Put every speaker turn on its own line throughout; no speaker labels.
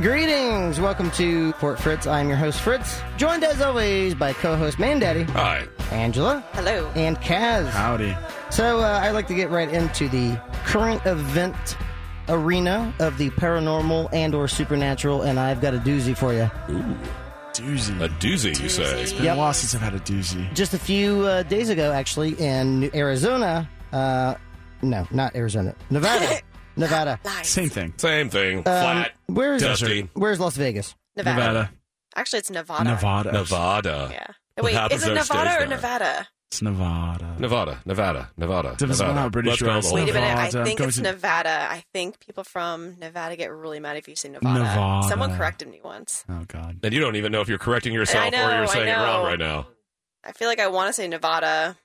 Greetings! Welcome to Port Fritz. I'm your host, Fritz, joined as always by co host Man Daddy,
Hi.
Angela,
Hello.
and Kaz.
Howdy.
So uh, I'd like to get right into the current event arena of the paranormal and or supernatural and I've got a doozy for you.
Doozy.
A doozy, you say?
Been
Yep.
a while since I've had a doozy.
Just a few uh, days ago actually in Arizona, uh, no, not Arizona. Nevada. Nevada.
Lies.
Same thing.
Same
Um,
thing. Flat.
Where's
Dusty.
Where's Las Vegas?
Nevada. Actually, it's Nevada.
Nevada.
Nevada.
Yeah.
What
Wait,
happens
is it
there stays
Nevada or
there.
Nevada?
It's Nevada.
Nevada, Nevada, Nevada.
Depends on
Nevada.
how British
Let's
you are.
roll.
Wait a minute. I
Nevada. I'm
think
going
it's
to-
Nevada. I think people from Nevada get really mad if you say Nevada.
Nevada.
Someone corrected me once.
Oh, God.
And you don't even know if you're correcting yourself
I know,
or you're
I
saying it
know.
wrong right now.
I feel like I want to say Nevada.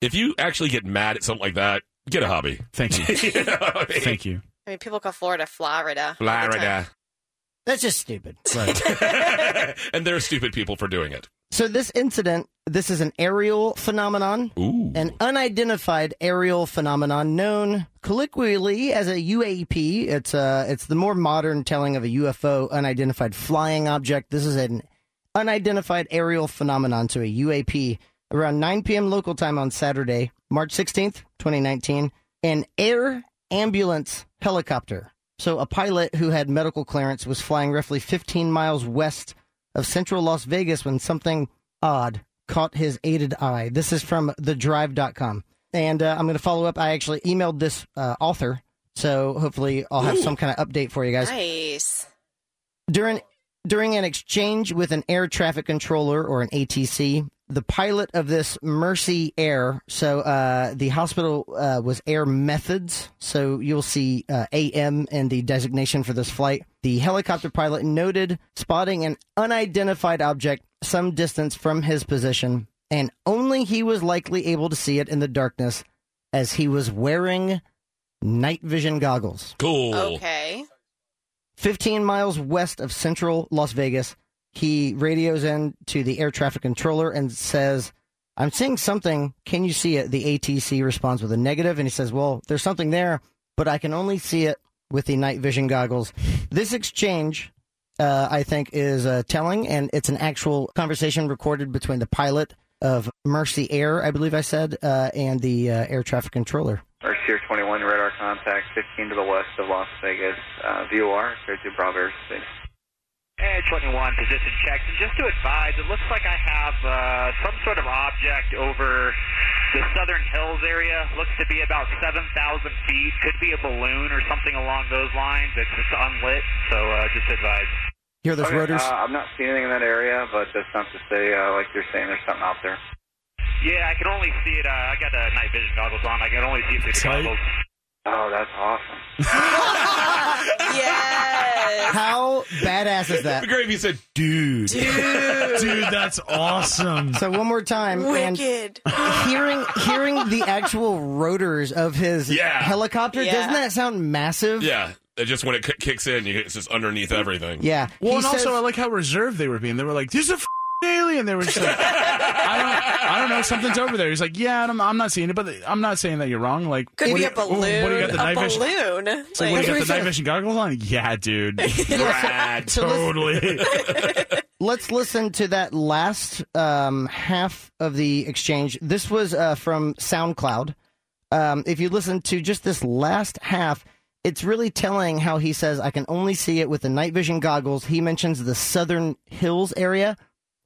If you actually get mad at something like that, get a hobby.
Thank you.
you know what I mean?
Thank you.
I mean, people call Florida Florida. all the time.
Florida.
That's just stupid.
and they're stupid people for doing it.
So this incident, this is an aerial phenomenon.
Ooh.
an unidentified aerial phenomenon known colloquially as a UAP. It's uh, it's the more modern telling of a UFO, unidentified flying object. This is an unidentified aerial phenomenon, so a UAP. Around 9 p.m. local time on Saturday, March 16th, 2019, an air ambulance helicopter. So a pilot who had medical clearance was flying roughly 15 miles west of central Las Vegas when something odd caught his aided eye. This is from thedrive.com. And uh, I'm going to follow up. I actually emailed this uh, author, so hopefully I'll have some kind of update for you guys.
nice.
During during an exchange with an air traffic controller or an ATC, the pilot of this Mercy Air, so uh, the hospital uh, was Air Methods, so you'll see uh, AM in the designation for this flight. The helicopter pilot noted spotting an unidentified object some distance from his position, and only he was likely able to see it in the darkness as he was wearing night vision goggles.
cool.
Okay.
15 miles west of central Las Vegas, he radios in to the air traffic controller and says, I'm seeing something. Can you see it? The ATC responds with a negative, and he says, Well, there's something there, but I can only see it with the night vision goggles. This exchange, uh, I think, is uh, telling, and it's an actual conversation recorded between the pilot of Mercy Air, I believe I said, uh, and the uh, air traffic controller.
Mercier 21, radar contact, 15 to the west of Las Vegas. Uh, VOR, clear to Bravo Air 6.
Hey, 21, position check. And Just to advise, it looks like I have uh, some sort of object over the Southern Hills area. Looks to be about 7,000 feet. Could be a balloon or something along those lines. It's, it's unlit, so uh, just advise.
Hear those
Okay,
rotors?
Uh, I'm not seeing anything in that area, but that's not to say, uh, like you're saying, there's something out there.
Yeah, I can only see it. Uh, I got the night vision goggles on. I can only see it through the
Sight.
goggles.
Oh, that's awesome.
Yes.
How badass is that?
The gravy said,
Dude. Dude, that's awesome.
So one more time, and
Wicked.
hearing hearing the actual rotors of his
Yeah.
helicopter
Yeah.
doesn't that sound massive
yeah. It just when it k- kicks in, you, it's just underneath everything.
yeah
Well,
He
and
says-
also, I like how reserved they were being. They were like, "There's a f- alien." They were just like, "I don't, I don't know, something's over there." He's like, "Yeah, I'm, I'm not seeing it, but I'm not saying that you're wrong." Like,
Could
what
be
do
a
you- what
balloon.
do you got the
a
night vision?
balloon.
So what do you
Like-
got the night vision goggles on? Yeah, dude.
Rad.
so let's-
totally.
let's listen to that last um, half of the exchange. This was uh, from SoundCloud. Um, if you listen to just this last half, it's really telling how he says, I can only see it with the night vision goggles. He mentions the Southern Hills area.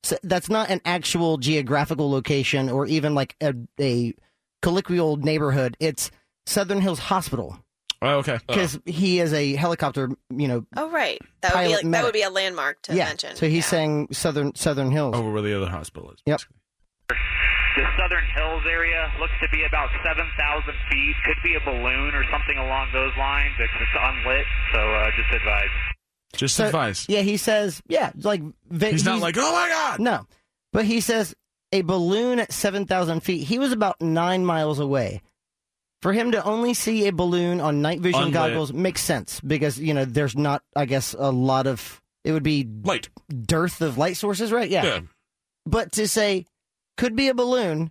So that's not an actual geographical location or even like a, a colloquial neighborhood. It's Southern Hills Hospital
oh, okay.
because he is a helicopter, you know.
Oh right, that would be
Pilot
like,
medic.
that would be a landmark to
yeah.
mention.
So he's
Yeah.
saying Southern Southern Hills.
Over Oh, where the other hospital is.
Yep.
basically.
The Southern Hills area looks to be about 7,000 feet. Could be a balloon or something along those lines. It's, it's unlit, so uh, just advise.
Just
So-
advice.
Yeah, he says, yeah, like va-
He's not like, "Oh my god."
no, but he says a balloon at seven thousand feet. He was about nine miles away. For him to only see a balloon on night vision
Unlit.
goggles makes sense because you know there's not, I guess, a lot of it would be
Light.
dearth of light sources, right? Yeah.
Yeah.
But to say could be a balloon,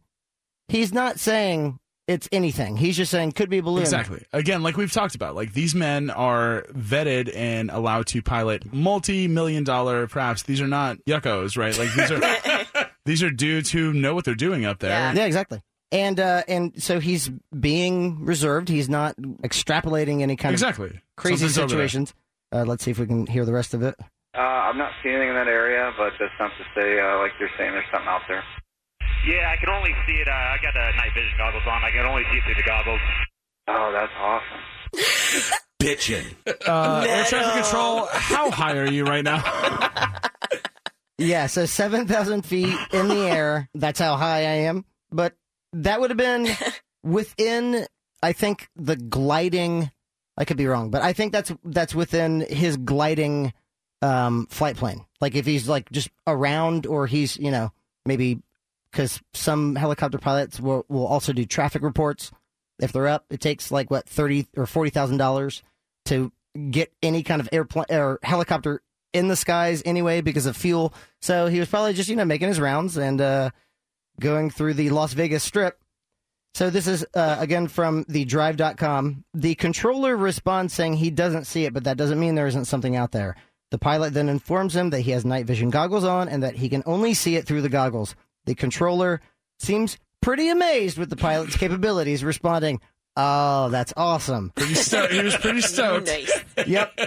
he's not saying it's anything. He's just saying could be a balloon.
Exactly. Again, like we've talked about, like these men are vetted and allowed to pilot multi-million dollar perhaps. These are not yuckos, right? Like these are these are dudes who know what they're doing up there.
Yeah.
Yeah, exactly. And uh, and so he's being reserved. He's not extrapolating any kind
Exactly.
of crazy
Something's over there.
situations. Uh, let's see if we can hear the rest of it.
Uh, I'm not seeing anything in that area, but that's not to say, uh, like you're saying, there's something out there.
Yeah, I can only see it. Uh, I got the night vision goggles on. I can only see it through the goggles.
Oh, that's awesome.
Bitchin'.
Uh, air traffic
Metal.
control. How high are you right now?
Yeah, so 7,000 feet in the air. That's how high I am. But that would have been within, I think, the gliding. I could be wrong, but I think that's that's within his gliding um, flight plane. Like if he's like just around, or he's you know maybe because some helicopter pilots will, will also do traffic reports if they're up. It takes like what thirty or forty thousand dollars to get any kind of airplane or helicopter in the skies anyway because of fuel. So he was probably just, you know, making his rounds and uh, going through the Las Vegas Strip. So this is, uh, again, from the drive.com. The controller responds saying he doesn't see it, but that doesn't mean there isn't something out there. The pilot then informs him that he has night vision goggles on and that he can only see it through the goggles. The controller seems pretty amazed with the pilot's capabilities, responding, Oh, that's awesome.
Pretty sto- he was pretty stoked.
Nice.
Yep.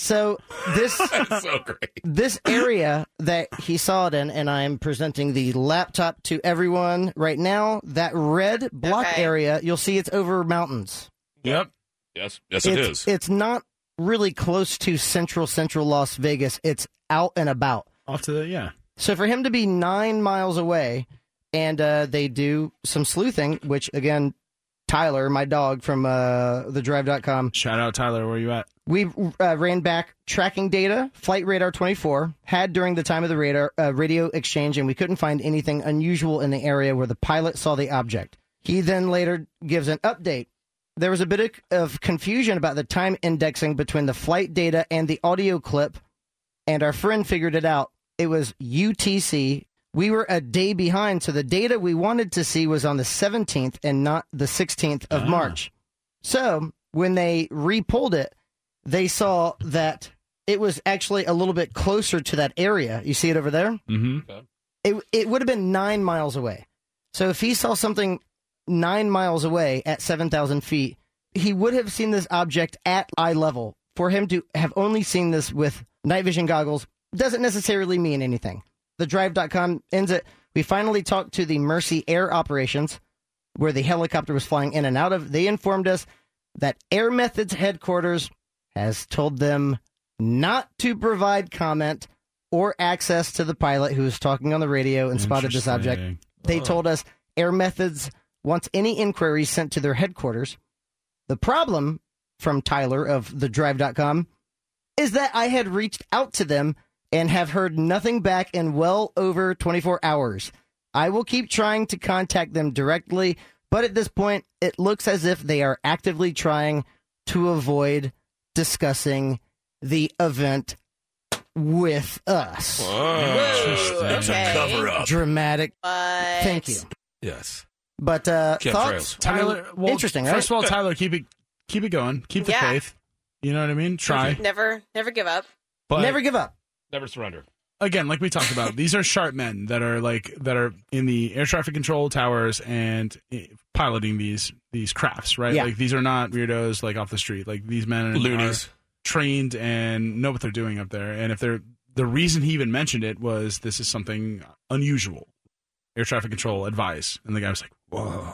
So this
so great.
this area that he saw it in, and I'm presenting the laptop to everyone right now. That red block
Okay.
area, you'll see it's over mountains.
Yep.
Yes, yes, it
it's,
is.
It's not really close to central central Las Vegas. It's out and about.
Off to the yeah.
So for him to be nine miles away, and uh, they do some sleuthing, which again, Tyler, my dog from uh, the drive.com,
Shout out Tyler, where you at?
we uh, ran back tracking data Flight Radar 24 had during the time of the radar uh, radio exchange, and we couldn't find anything unusual in the area where the pilot saw the object. He then later gives an update. There was a bit of- of confusion about the time indexing between the flight data and the audio clip, and our friend figured it out. It was UTC. We were a day behind, so the data we wanted to see was on the 17th and not the 16th of
Ah.
March. So when they repulled it, they saw that it was actually a little bit closer to that area. You see it over there?
Mm-hmm.
It, it would have been nine miles away. So if he saw something nine miles away at 7,000 feet, he would have seen this object at eye level. For him to have only seen this with night vision goggles doesn't necessarily mean anything. The drive.com ends it. We finally talked to the Mercy Air Operations, where the helicopter was flying in and out of. They informed us that Air Methods headquarters has told them not to provide comment or access to the pilot who was talking on the radio and spotted this object. They told us Air Methods wants any inquiries sent to their headquarters. The problem from Tyler of thedrive.com is that I had reached out to them and have heard nothing back in well over 24 hours. I will keep trying to contact them directly, but at this point, it looks as if they are actively trying to avoid discussing the event with us.
Whoa, that's
Okay.
a cover up.
Dramatic.
But
Thank you.
Yes.
But uh,
Chemtrails.
thoughts,
Tyler.
I mean,
well,
interesting, right?
First of all, Tyler, keep it keep it going. Keep the
Yeah.
faith. You know what I mean? Try.
Never, never give up.
But
Never give up.
Never surrender.
again, like we talked about, these are sharp men that are like that are in the air traffic control towers and eh, piloting these these crafts, right?
Yeah.
Like these are not weirdos like off the street. Like these men are,
Loonies.
are trained and know what they're doing up there. And if they're the reason he even mentioned it was this is something unusual. Air traffic control advice, and the guy was like, "Whoa,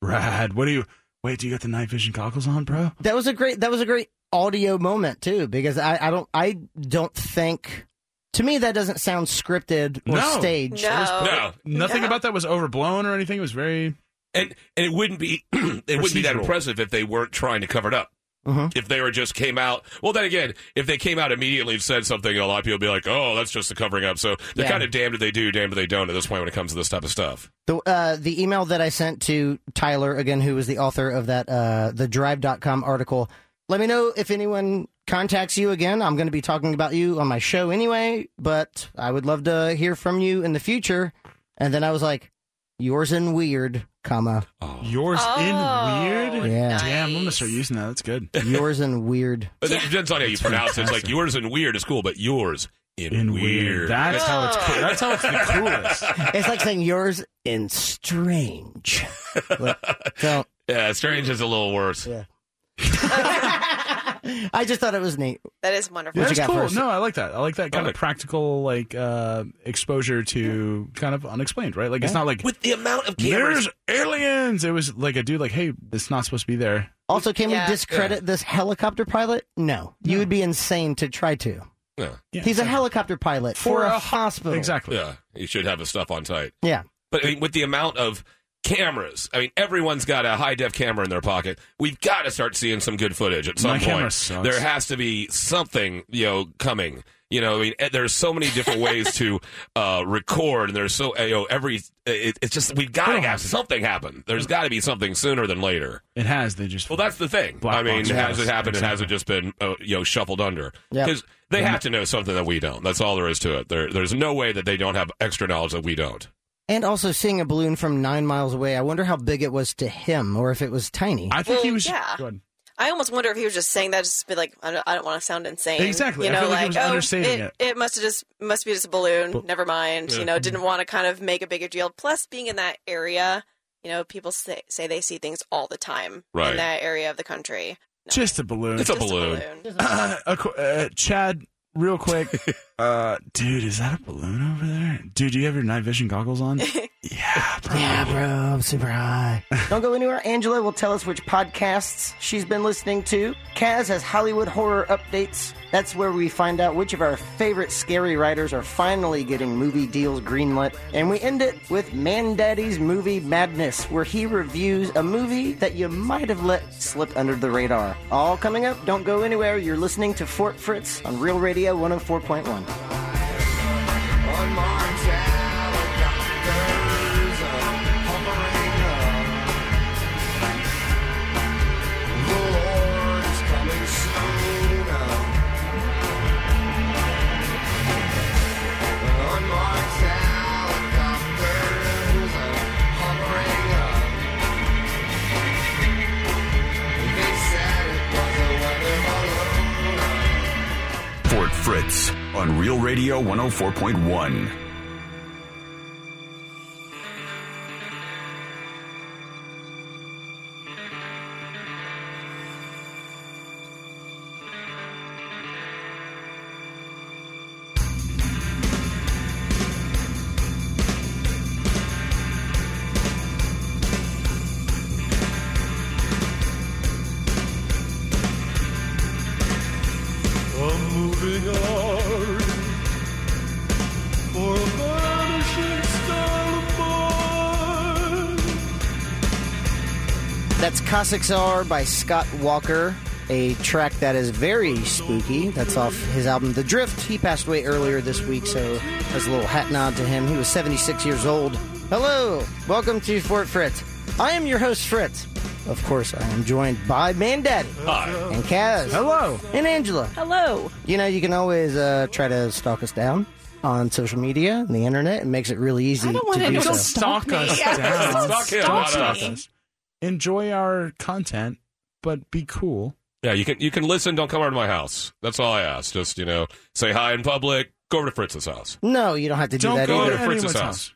rad! What do you? Wait, do you got the night vision goggles on, bro?
That was a great. That was a great audio moment too, because I, I don't. I don't think. To me, that doesn't sound scripted or
No.
staged.
No.
No,
Nothing
No.
about that was overblown or anything. It was very
and and it wouldn't be it wouldn't be that
Procedural.
impressive if they weren't trying to cover it up.
Mhm.
If they were just came out, well, then again, if they came out immediately and said something, a lot of people would be like, "Oh, that's just a covering up." So they're
Yeah.
kind of damned if they do, damned if they don't. At this point, when it comes to this type of stuff,
The uh, the email that I sent to Tyler again, who was the author of that uh, the Drive.com article. Let me know if anyone contacts you again. I'm going to be talking about you on my show anyway, but I would love to hear from you in the future. And then I was like, "Yours and weird." comma.
Oh.
Yours in
Oh,
weird?
Yeah.
Damn, I'm going to
nice.
start using that. That's good.
Yours and weird.
But it depends on how you
That's
pronounce it. It's like
fantastic.
yours and weird is cool, but yours in,
In
weird.
weird. That's how it's cool. That's how it's the coolest.
It's like saying yours in strange. But don't.
yeah, strange is a little worse.
Yeah. I just thought it was neat.
That is wonderful.
What you
That's
got
cool.
first?
No, I like that. I like that kind
Alright.
of practical like uh exposure to kind of unexplained, right? Like it's not like
With the amount of cameras.
there's aliens. It was like a dude like, hey, it's not supposed to be there.
Also, can
Yeah.
we discredit this helicopter pilot? No. You would be insane to try to.
Yeah.
Yeah,
He's a
exactly.
helicopter pilot for,
For
a,
a ho-
hospital.
Exactly.
yeah, you should have his stuff on site.
Yeah.
But I mean, with the amount of cameras, I mean, everyone's got a high def camera in their pocket. We've got to start seeing some good footage at some
My camera
point.
sucks.
There has to be something, you know, coming. You know, I mean, eh, there's so many different ways to uh, record, and there's so eh, you know every. It, it's just we've got to
It'll
have
happen.
something happen. There's got to be something sooner than later.
It has. They just
Well, that's the thing.
Black
I mean,
box
has it
yes,
happened? and Has
exactly.
it just been uh, you know shuffled under?
Yep. Mm-hmm.
Because they have to know something that we don't. That's all there is to it. There, there's no way that they don't have extra knowledge that we don't.
And also seeing a balloon from nine miles away, I wonder how big it was to him or if it was tiny.
I think he
Well,
was.
yeah.
Go ahead.
I almost wonder if he was just saying that just to be like, I don't, I don't want to sound insane.
Exactly.
You
I
know, oh,
feel like he was understating
it, must have just must be just a balloon.
But-
Never mind.
Yeah.
You know, didn't want to kind of make a bigger deal. Plus, being in that area, you know, people say, say they see things all the time
Right.
in that area of the country. No.
Just a balloon.
It's a
Just
balloon.
A qu- uh, Chad, real quick. uh, dude, is that a balloon over there? Dude, do you have your night vision goggles on? yeah, bro.
Yeah, bro, I'm super high. Don't go anywhere. Angela will tell us which podcasts she's been listening to. Kaz has Hollywood horror updates. That's where we find out which of our favorite scary writers are finally getting movie deals greenlit. And we end it with Man Daddy's Movie Madness, where he reviews a movie that you might have let slip under the radar. All coming up. Don't go anywhere. You're listening to Fort Fritz on Real Radio 104.1.
Fort Fritz on Real Radio 104.1.
I'm moving on for a vanishing star of mine.
That's Cossacks Are by Scott Walker, a track that is very spooky. That's off his album The Drift. He passed away earlier this week, so that's a little hat nod to him. He was 76 years old. Hello, welcome to Fort Fritz. I am your host, Fritz. Of course, I am joined by Man Daddy
Hi.
and Kaz
Hello.
and Angela.
Hello.
You know, you can always uh, try to stalk us down on social media and the internet. It makes it really easy
I don't want
to do
anyone
so.
to Stalk me.
us
Yeah.
down.
Stalk him,
Don't
not
stalk
us.
us. Enjoy our content, but be cool.
Yeah, you can you can listen. Don't come over to my house. That's all I ask. Just you know, say hi in public. Go over to Fritz's house.
no, you don't have to do
Don't
that
go
either.
to Fritz's
anyone's
house.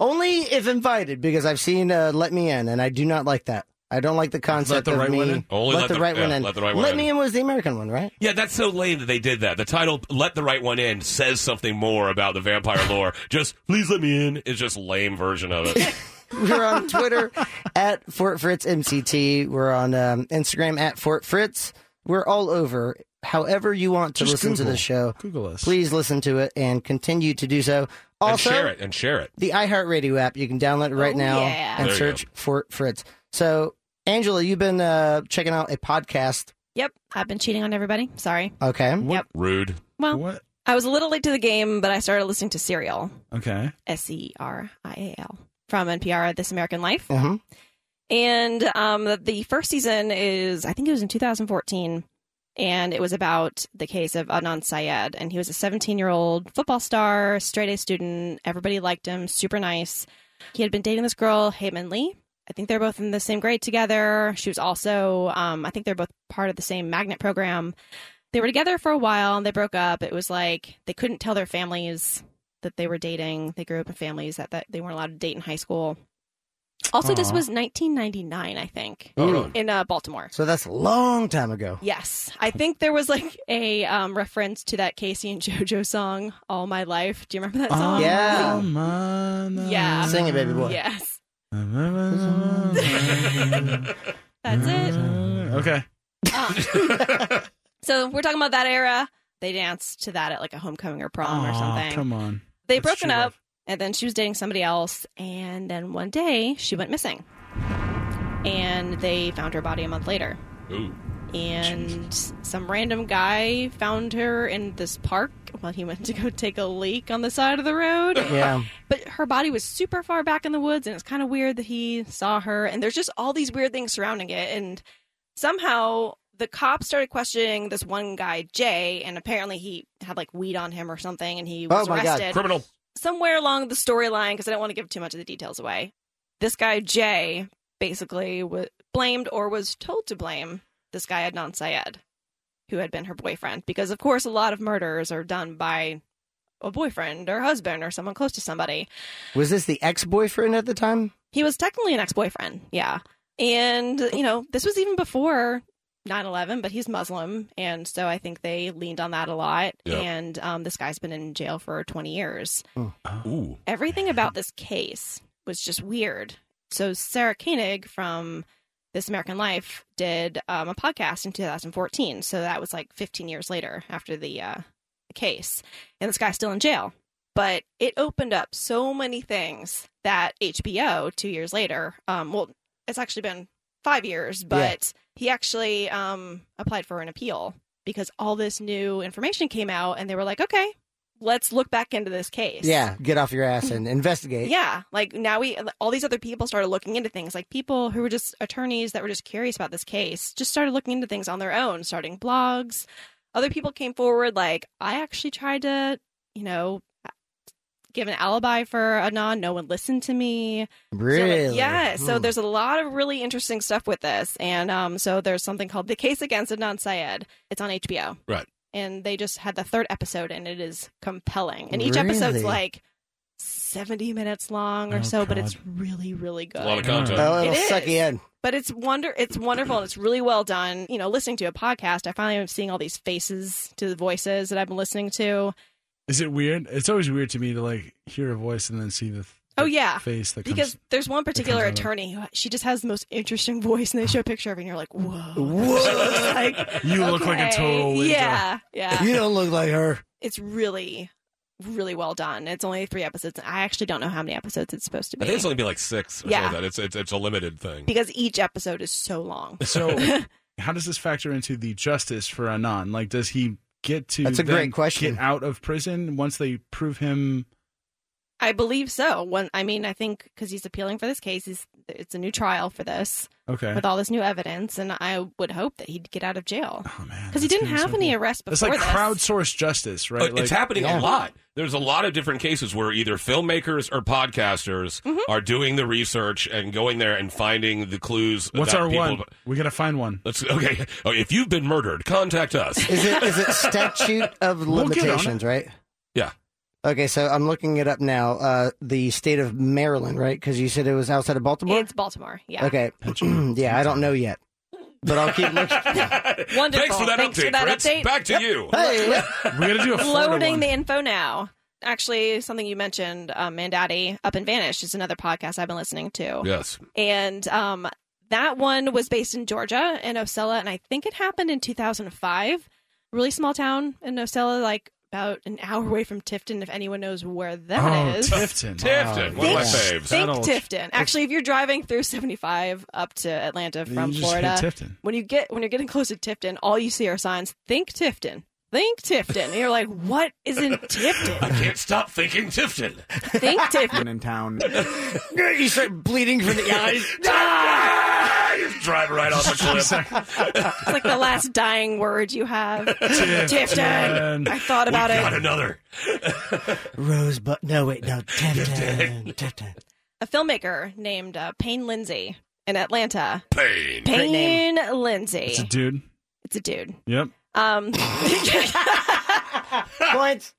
Only if invited, because I've seen uh, "Let Me In," and I do not like that. I don't like the concept
the
of
right
me.
one in?
Only let
the,
the-
right one
yeah,
in.
let the right one in.
me in was the American one, right?
Yeah, that's so lame that they did that. The title "Let the Right One In" says something more about the vampire lore. Just please let me in is just lame version of it.
We're on Twitter at Fort Fritz MCT. We're on um, Instagram at Fort Fritz. We're all over. However you want to
Just
listen to
Google.
the show,
Google us.
please listen to it and continue to do so.
and
Also,
share it and share it.
the iHeartRadio app. You can download it right
Oh,
now
yeah.
and
There you
search Fort Fritz. So, Angela, you've been uh, checking out a podcast.
Yep, I've been cheating on everybody. Sorry.
Okay.
Mm-hmm. Rude.
Well,
What?
I was a little late to the game, but I started listening to Serial,
Okay.
S E R I A L, from NPR This American Life.
Mhm.
And um, the- the first season is, I think it was in 2014, and it was about the case of Adnan Syed. And he was a 17 year old football star, straight A student. Everybody liked him, super nice. He had been dating this girl, Heyman Lee, I think they're both in the same grade together. She was also, um, I think they're both part of the same magnet program. They were together for a while and they broke up. It was like they couldn't tell their families that they were dating. They grew up in families that, that they weren't allowed to date in high school. Also, this
Aw.
was 1999, I think,
Oh,
in,
really?
in uh, Baltimore.
So that's a long time ago.
Yes, I think there was like a um, reference to that Casey and JoJo song "All My Life." Do you remember that song?
Ah.
Yeah.
Yeah.
Sing it, baby boy.
Yes, that's it.
okay.
Um, so we're talking about that era. They danced to that at like a homecoming or prom or
Aw,
something.
Come on.
they
That's
broken
true
up,
love.
and then she was dating somebody else, and then one day she went missing, and they found her body a month later.
Ooh.
and some random guy found her in this park while he went to go take a leak on the side of the road.
Yeah.
But her body was super far back in the woods, and it's kind of weird that he saw her. And there's just all these weird things surrounding it. And somehow the cops started questioning this one guy, Jay, and apparently he had like weed on him or something, and he
Oh
was
my God,
arrested
Criminal.
somewhere along the storyline because I don't want to give too much of the details away. This guy Jay basically w- blamed or was told to blame this guy Adnan Syed, who had been her boyfriend, because of course a lot of murders are done by a boyfriend or husband or someone close to somebody.
Was this the ex boyfriend at the time?
He was technically an ex-boyfriend, yeah, and you know this was even before. 9-11 but he's muslim and so i think they leaned on that a lot
Yeah.
and um, this guy's been in jail for 20 years
Ooh.
everything about this case was just weird. So Sarah Koenig from This American Life did um, a podcast in 2014. So that was like 15 years later after the, uh, the case, and this guy's still in jail. But it opened up so many things that HBO two years later, um, well, it's actually been five years, but he actually um, applied for an appeal because all this new information came out, and they were like, okay, let's look back into this case.
Yeah. Get off your ass and investigate.
Yeah, like now we all these other people started looking into things. Like people who were just attorneys that were just curious about this case just started looking into things on their own, starting blogs. Other people came forward like I actually tried to, you know, give an alibi for Adnan, no one listened to me. So, like,
Really?
yeah, so
Hmm.
there's a lot of really interesting stuff with this. And um so there's something called The Case Against Adnan Syed. It's on HBO.
Right.
And they just had the third episode and it is compelling. And each episode's
Really?
like 70 minutes long or
Oh,
so, but
God.
it's really really good.
A lot of content.
Oh,
It
it'll suck
is.
you in.
but it's wonder it's wonderful and it's really well done. You know, listening to a podcast, I finally am seeing all these faces to the voices that I've been listening to.
Is it weird? It's always weird to me to like hear a voice and then see the,
Oh, yeah.
face that
Because
comes.
there's one particular
comes out of-
attorney who she just has the most interesting voice, and they show a picture of her, and you're like, "Whoa!"
Whoa.
like,
You look like a
okay,
total loser.
Yeah, yeah.
you don't look like her.
It's really, really well done. It's only three episodes. and I actually don't know how many episodes it's supposed
I
to be
think it's only been like six or
Yeah.
something like that. It's, it's, it's a limited thing.
because each episode is so long.
So, how does this factor into the justice for Anon? Like, does he get to
That's a
then
great question.
get out of prison once they prove him?
I believe so. When I mean, I think because he's appealing for this case, he's, it's a new trial for this
Okay.
with all this new evidence, and I would hope that he'd get out of jail
Oh man,
because he
that's
didn't
gonna be
have
so
any
cool.
arrests
It's
before
like
this.
crowdsourced justice, right?
But
like,
Uh, it's happening
Yeah.
a lot. There's a lot of different cases where either filmmakers or podcasters
Mhm.
are doing the research and going there and finding the clues.
What's
that
our
people-
one? We gotta find one.
Let's okay. Oh, if you've been murdered, contact us.
Is it is it statute of
We'll get on it.
limitations, right?
Yeah.
Okay, so I'm looking it up now. Uh, the state of Maryland, right? Because you said it was outside of Baltimore.
It's Baltimore. Yeah.
okay. yeah, I don't know yet, but I'll keep looking.
Wonderful.
Thanks for that
Thanks
update,
for that
Fritz.
update.
Back to you.
Hey,
We gotta do a Florida
Loading
one.
the info now. Actually, something you mentioned, um, Mandati Up and Vanish is another podcast I've been listening to,
Yes.
and um, that one was based in Georgia in Ocala, and I think it happened in 2005. Really small town in Ocala, like about an hour away from Tifton. If anyone knows where that
oh,
is,
Tifton.
Tifton, one of my faves.
think
That'll-
Tifton. Actually, if you're driving through 75 up to Atlanta
You
from
just hit
Florida,
Tifton.
when you get when you're getting close to Tifton, all you see are signs. Think Tifton. Think Tifton. And you're like, what is in
I
Tifton?
can't stop thinking Tifton.
Think Tifton.
in town.
you start bleeding from the eyes.
Ah! You drive right off a cliff.
It's like the last dying word you have.
Tifton.
Tifton. I thought about
we
it.
got another.
Rosebud. No, wait, no. Tifton. Tifton.
A filmmaker named uh, Payne Lindsay in Atlanta.
Pain.
Great name.
Payne Lindsay.
It's a dude.
it's a dude.
Yep.
Um,
points.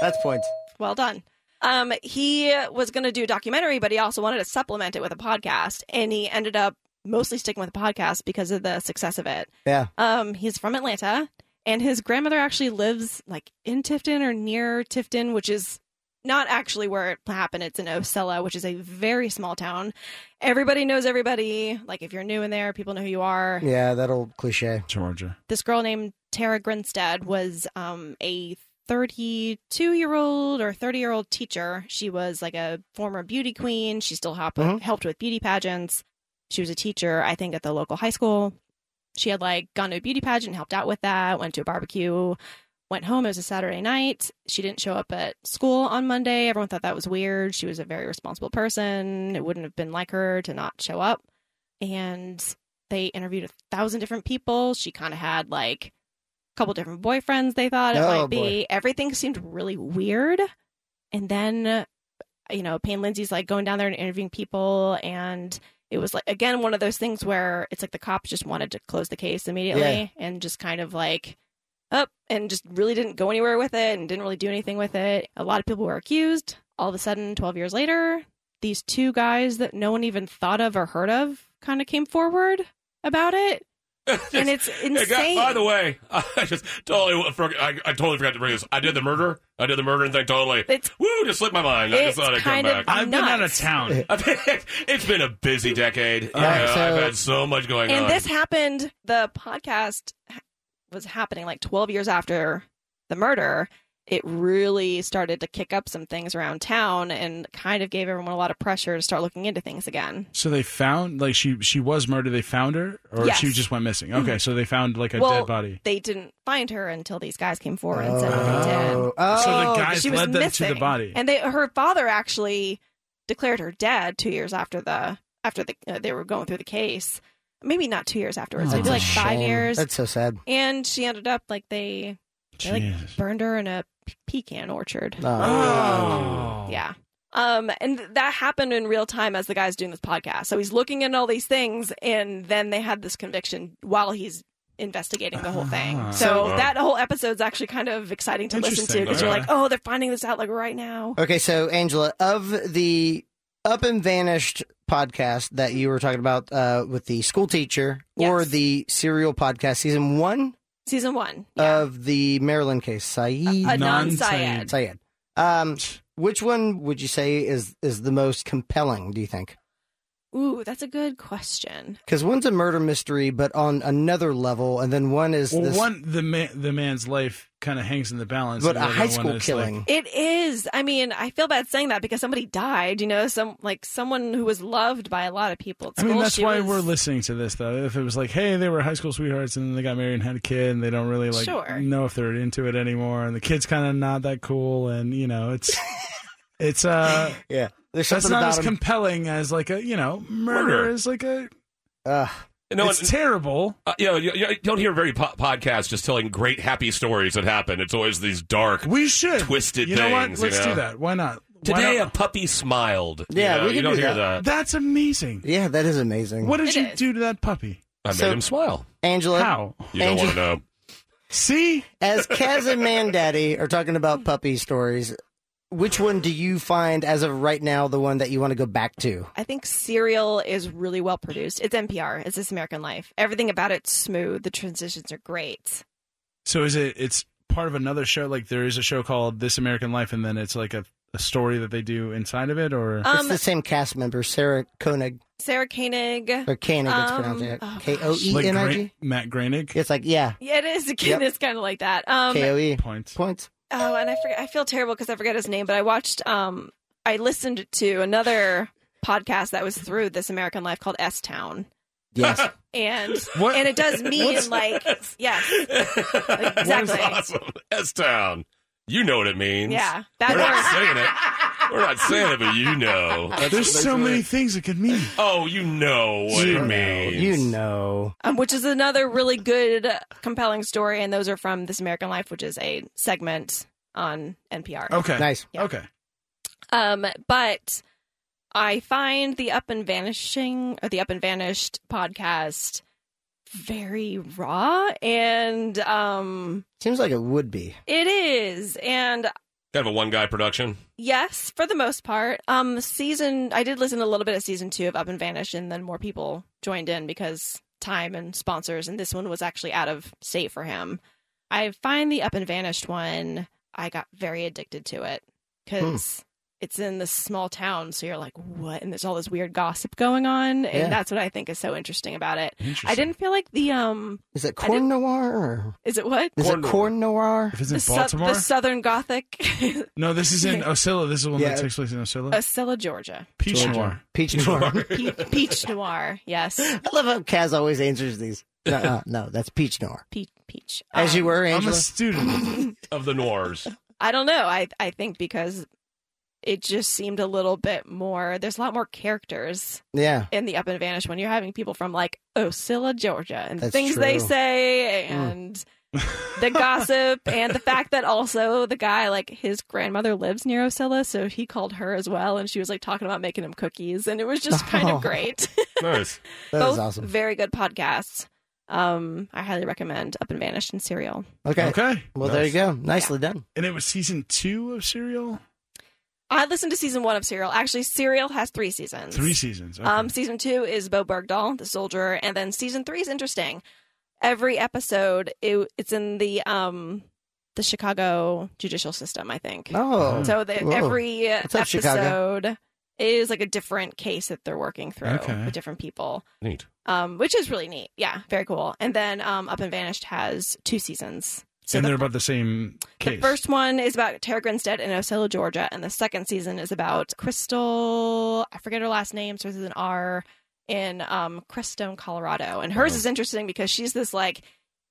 That's points.
well done. Um, he was going to do a documentary, but he also wanted to supplement it with a podcast, and he ended up mostly sticking with the podcast because of the success of it.
Yeah.
Um, he's from Atlanta, and his grandmother actually lives like in Tifton or near Tifton, which is not actually where it happened. It's in Ocella, which is a very small town. Everybody knows everybody. Like if you're new in there, people know who you are
Yeah, that old cliche.
Georgia.
this girl named Tara Grinstead was um, a 32 year old or 30 year old teacher. She was like a former beauty queen. She still help-
Mhm.
helped with beauty pageants. She was a teacher, I think, at the local high school. She had like gone to a beauty pageant, helped out with that, went to a barbecue, went home. It was a Saturday night. She didn't show up at school on Monday. Everyone thought that was weird. She was a very responsible person. It wouldn't have been like her to not show up. And they interviewed a thousand different people. She kind of had like a couple different boyfriends they thought it
Oh,
might be. Everything seemed really weird. And then, you know, Payne Lindsay's like going down there and interviewing people. And it was like, again, one of those things where it's like the cops just wanted to close the case immediately
Yeah.
and just kind of like up and just really didn't go anywhere with it and didn't really do anything with it. A lot of people were accused. All of a sudden, 12 years later, these two guys that no one even thought of or heard of kind of came forward about it. And it's
Hey, guy-
insane.
by the way, I just totally wa- forg I, I totally forgot to bring this. I did the murder. I did the murder and thing totally.
It's-
Woo, just slipped my mind. I
It's
just thought I'd come
kind of-
back.
I've been out of
Nuts.
town.
I've been- it's been a busy decade.
All
Yeah,
right, so-
I've had so much
Oh
going
and
on.
this happened, the podcast ha- was happening like 12 years after the murder. It really started to kick up some things around town and kind of gave everyone a lot of pressure to start looking into things again.
So they found like she she was murdered. They found her, or
Yes.
she just went missing. Okay, so they found like a
Well,
dead body.
They didn't find her until these guys came forward and said what they did.
Oh. Oh.
So the guys
she was
led them
missing.
to the body.
and they her father actually declared her dead two years after the after the uh, they were going through the case. Maybe not two years afterwards,
Oh,
maybe like
that's
a
five
shame.
years.
That's so sad.
And she ended up like they they like
Jesus.
burned her in a p- pecan orchard.
Oh.
Yeah. Um, and th- that happened in real time as the guy's doing this podcast. So he's looking into all these things, and then they had this conviction while he's investigating the whole thing.
Ah.
So
Wow.
that whole episode's actually kind of exciting to listen to
Interesting.
because you're
Okay.
like, oh, they're finding this out like right now.
Okay, so Angela, of the Up and Vanished podcast that you were talking about uh, with the school teacher or
Yes.
the serial podcast, season one
Season one. Yeah.
Uh,
of the Maryland case, Saeed.
a non Syed.
non-Syed.
Saeed. Um, which one would you say is is the most compelling? Do you think?
Ooh, that's a good question.
Because one's a murder mystery, but on another level, and then one is
Well,
this
one the man the man's life kind of hangs in the balance.
but
and
a
the other
high
one
school
is, like-
killing.
It is. I mean, I feel bad saying that because somebody died. You know, some like someone who was loved by a lot of people. At
I mean,
school.
that's
She
why
was-
we're listening to this though. If it was like, hey, they were high school sweethearts and then they got married and had a kid, and they don't really like
Sure.
know if they're into it anymore, and the kid's kind of not that cool, and you know, it's it's uh.
yeah, there's
That's
something
not as
about him.
compelling as like a you know murder,
Murder.
is like a
Ugh.
no,
it's
and-
terrible.
Uh, you, know, you, you don't hear very po- podcasts just telling great happy stories that happen. It's always these dark.
We should
Twisted
You know
things,
what?
you
Let's
know?
do that. Why not? Why
Today a
not?
puppy smiled.
Yeah,
you, know,
we
you
can
don't
do
hear
that.
that.
that's amazing.
yeah, that is amazing.
What did
It
you
is.
do to that puppy?
I made
So-
him smile.
Angela?
How?
You don't
Angel-
want to know.
See,
As Kaz and Mandaddy are talking about puppy stories, which one do you find as of right now the one that you want to go back to?
I think Serial is really well produced. It's NPR. It's This American Life. Everything about it's smooth. The transitions are great.
so is it? It's part of another show. Like there is a show called This American Life, and then it's like a, a story that they do inside of it, or
it's
Um,
the same cast member, Sarah Koenig
Sarah Koenig.
or Koenig. it's
Um, oh,
pronounced
gosh.
K O E
like
N I
Gran-
G.
Matt Groening.
It's like yeah,
Yeah, it is.
Yep.
Again, it's kind of like that. Um,
K O E
Points.
points.
Oh, and I forget. I feel terrible because I forget his name. But I watched. Um, I listened to another podcast that was through This American Life called S Town,
Yes,
and
What?
and it does mean like yes,
exactly. awesome. S Town. You know what it means.
yeah,
We're
that
not
works.
saying it. We're not saying it, but you know. That's-
There's
that's
so
what-
many things it could mean.
Oh, you know what
you
it
know,
means.
you know.
um, which is another really good, uh, compelling story. And those are from This American Life, which is a segment on NPR.
Okay.
Nice.
Yeah.
Okay.
Um, but I find the Up and Vanishing or the Up and Vanished podcast very raw and um
Seems like it would be.
it is and
Kind of a one guy production.
yes for the most part um season i did listen to a little bit of season two of up and vanish and then more people joined in because time and sponsors and this one was actually out of state for him i find the up and vanished one i got very addicted to it because it's in this small town so you're like what and there's all this weird gossip going on and
Yeah.
that's what i think is so interesting about it
Interesting.
i didn't feel like the um
Is it
I
corn noir? Or
is it what
is
Corn
it
noir.
corn noir?
If it's
the,
in
sou-
Baltimore,
the southern gothic
no, this is in Osceola. This is the one
Yeah.
that takes place in Osceola.
Ocilla, georgia
Peach
Georgia.
Noir.
Peach noir.
Pe- peach noir. Yes,
I love how Kaz always answers these. No, uh, no that's peach noir.
peach. Peach.
As you
Um,
were,
I'm a
Angela.
student.
Of the Noirs.
I don't know. I I think because it just seemed a little bit more. There's a lot more characters
yeah.
in the Up and Vanish when you're having people from like Osceola, Georgia, and the
That's
things they
true. Mm.
say and. The gossip and the fact that also the guy, like his grandmother lives near Osceola, so he called her as well, and she was like talking about making him cookies, and it was just kind
Oh.
of great.
Nice.
that is
Both
awesome.
very good podcasts. Um, I highly recommend Up and Vanish and Serial.
Okay.
okay.
Well, there you go. Nicely done.
And it was season two of Serial.
I listened to season one of Serial. Actually, Serial has three seasons.
Three seasons. Okay.
Um, season two is Bo Bergdahl, the soldier, and then season three is interesting. Every episode, it, it's in the um, the Chicago judicial system, I think.
Oh.
so that
whoa.
every
What's up, Chicago?
episode is like a different case that they're working through
Okay.
with different people.
Neat.
um, which is really neat. Yeah, very cool. And then um, Up and Vanished has two seasons.
and
the,
they're about the same case.
the first one is about Tara Grinstead in Osceola, Georgia, and the second season is about Crystal. I forget her last name, starts with an R in um, Crestone, Colorado. And hers
Wow.
is interesting because she's this like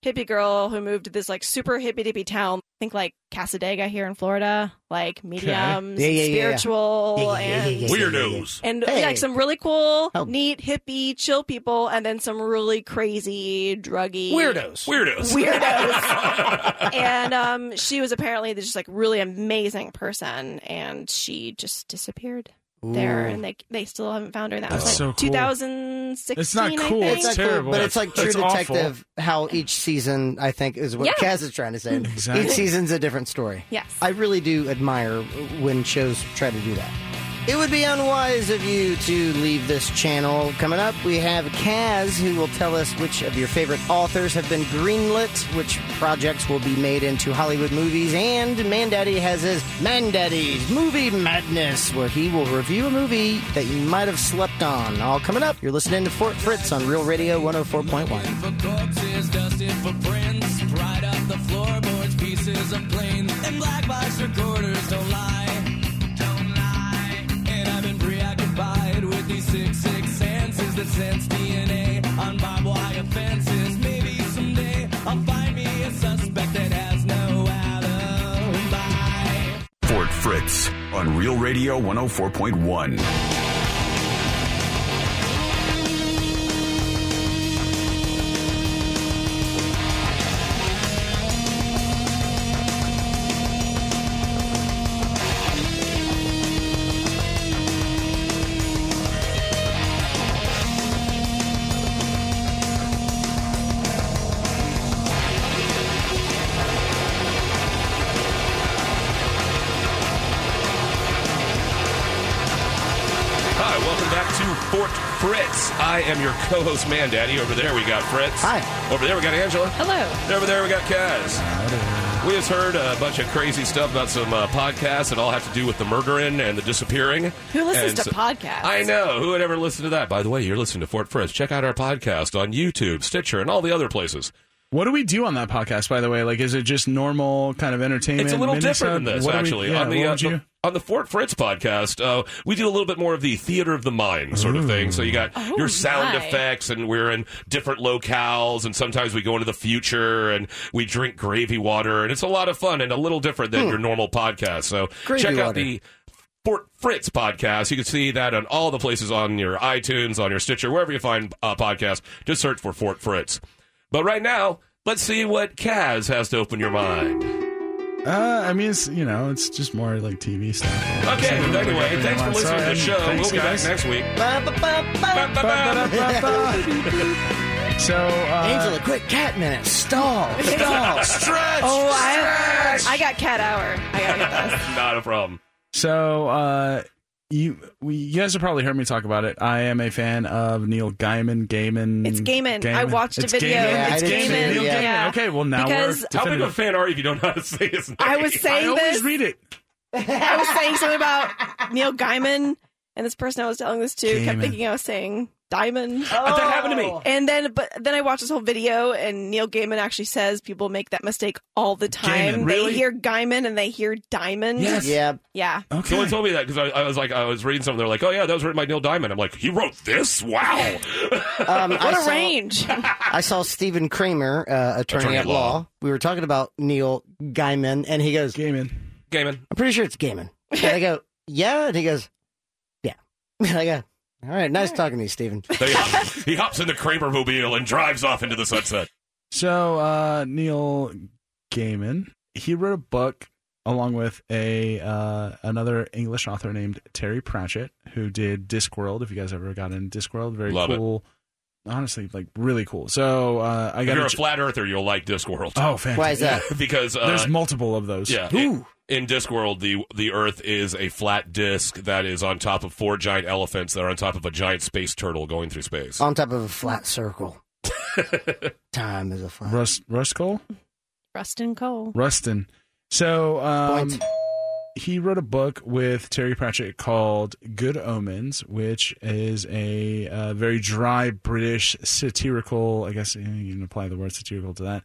hippie girl who moved to this like super hippie dippy town. I think like Casadega here in Florida, like mediums,
Yeah, yeah, yeah, yeah.
spiritual,
Yeah, yeah, yeah, yeah,
and
yeah.
Weirdos.
and
Hey. Oh.
like some really cool,
Help.
neat, hippie, chill people, and then some really crazy, druggy
Weirdos.
Weirdos.
Weirdos. and um, she was apparently this just like really amazing person, and she just disappeared there,
Ooh.
and they they still haven't found her. And that was like
That's so cool.
2016.
It's not
I
cool,
think.
it's
not cool,
terrible.
but it's like True
It's awful.
Detective. How each season, I think, is what
Yeah.
Kaz is trying to say.
Exactly.
Each season's a different story.
yes.
I really do admire when shows try to do that. It would be unwise of you to leave this channel. Coming up, we have Kaz, who will tell us which of your favorite authors have been greenlit, which projects will be made into Hollywood movies, and Mandaddy has his Mandaddy's Movie Madness, where he will review a movie that you might have slept on. All coming up, you're listening to Fort Fritz on Real Radio 104.1.
For corpses, dusted footprints, dried up the floorboards, pieces of planes, and black box recorders don't lie, don't lie. And I've been preoccupied with these sick, sick senses that sense DNA on barbed wire fences. Maybe someday I'll find me a suspect that has no alibi.
Fort Fritz on Real Radio 104.1.
Hi, welcome back to Fort Fritz. I am your co-host, Man Daddy. Over there, we got Fritz.
Hi.
Over there, we got Angela.
Hello.
And over there, we got Kaz. We just heard a bunch of crazy stuff about some uh, podcasts that all have to do with the murdering and the disappearing.
Who listens
And
to
so-
podcasts?
I know. Who would ever listen to that? By the way, you're listening to Fort Fritz. Check out our podcast on YouTube, Stitcher, and all the other places.
What do we do on that podcast, by the way? Like, is it just normal kind of entertainment?
It's a little
minisode?
different than this,
What do we-
actually.
yeah,
on the,
what
uh,
would you-
the- on the Fort Fritz podcast, uh, we do a little bit more of the theater of the mind sort of thing. So you got
Oh,
your sound
my.
effects, and we're in different locales, and sometimes we go into the future, and we drink gravy water, and it's a lot of fun and a little different
Hmm.
than your normal podcast. So
Gravy
check out
water.
the. Fort Fritz podcast. You can see that on all the places on your iTunes, on your Stitcher, wherever you find uh, podcasts. Just search for Fort Fritz. But right now, let's see what Kaz has to open your mind.
Uh, I mean, it's you know, it's just more like TV stuff.
Okay,
Something really
anyway,
happening
thanks for
on
listening to the
Saturday.
show.
Thanks,
we'll be
guys.
back next week.
Ba-ba-ba-ba.
Ba-ba-ba-ba. so, uh,
Angela, quick cat minute. Stall. Stall.
Stretch!
Oh, I, I got cat hour. I gotta get this.
Not a problem.
so uh, you we, you guys have probably heard me talk about it. I am a fan of Neil Gaiman. Gaiman.
It's Gaiman. I watched a
It's
video.
Gaiman.
Yeah,
it's
I did too.
Gaiman.
Neil
Yeah.
Gaiman. Okay, well now
Because-
we're
How big of a
definitive.
fan are you if you don't know how to say his name?
I was
I
saying
always
this.
read it.
I was saying something about Neil Gaiman, and this person I was telling this to kept
Gaiman.
thinking I was saying diamond.
But that happened to me.
And then, but then I watched this whole video, and Neil Gaiman actually says people make that mistake all the time.
Gaiman,
they
really?
hear Gaiman and they hear diamond.
Yes.
Yeah.
Yeah.
Okay.
Someone told me that because I, I was like, I was reading something. They're like, oh yeah, that was written by Neil Diamond. I'm like, he wrote this? Wow.
Um, I
What a
saw-
range.
I saw Stephen Kramer, uh, attorney,
Attorney
at
at law.
law. We were talking about Neil Gaiman, and he goes,
Gaiman.
Gaiman.
I'm pretty sure it's Gaiman. And I go, yeah. And he goes, yeah. And I go, all right, nice talking to you, Stephen.
There he, hops, he hops in the Kramer mobile and drives off into the sunset.
So uh, Neil Gaiman, he wrote a book along with a uh, another English author named Terry Pratchett, who did Discworld. If you guys ever got in Discworld, very
Love it.
cool. Honestly, like really cool. So uh, I
If
got
you're
a
a
ch-
flat earther, you'll like Discworld
oh, fantastic.
Why is that?
because uh,
There's multiple of those.
yeah, in, in Discworld, the the Earth is a flat disc that is on top of four giant elephants that are on top of a giant space turtle going through space.
On top of a flat circle. Time is a flat
Rust Rustcole
Rustin Cole.
Rustin. So um,
point.
he wrote a book with Terry Pratchett called Good Omens, which is a uh, very dry British satirical, I guess you can apply the word satirical to that,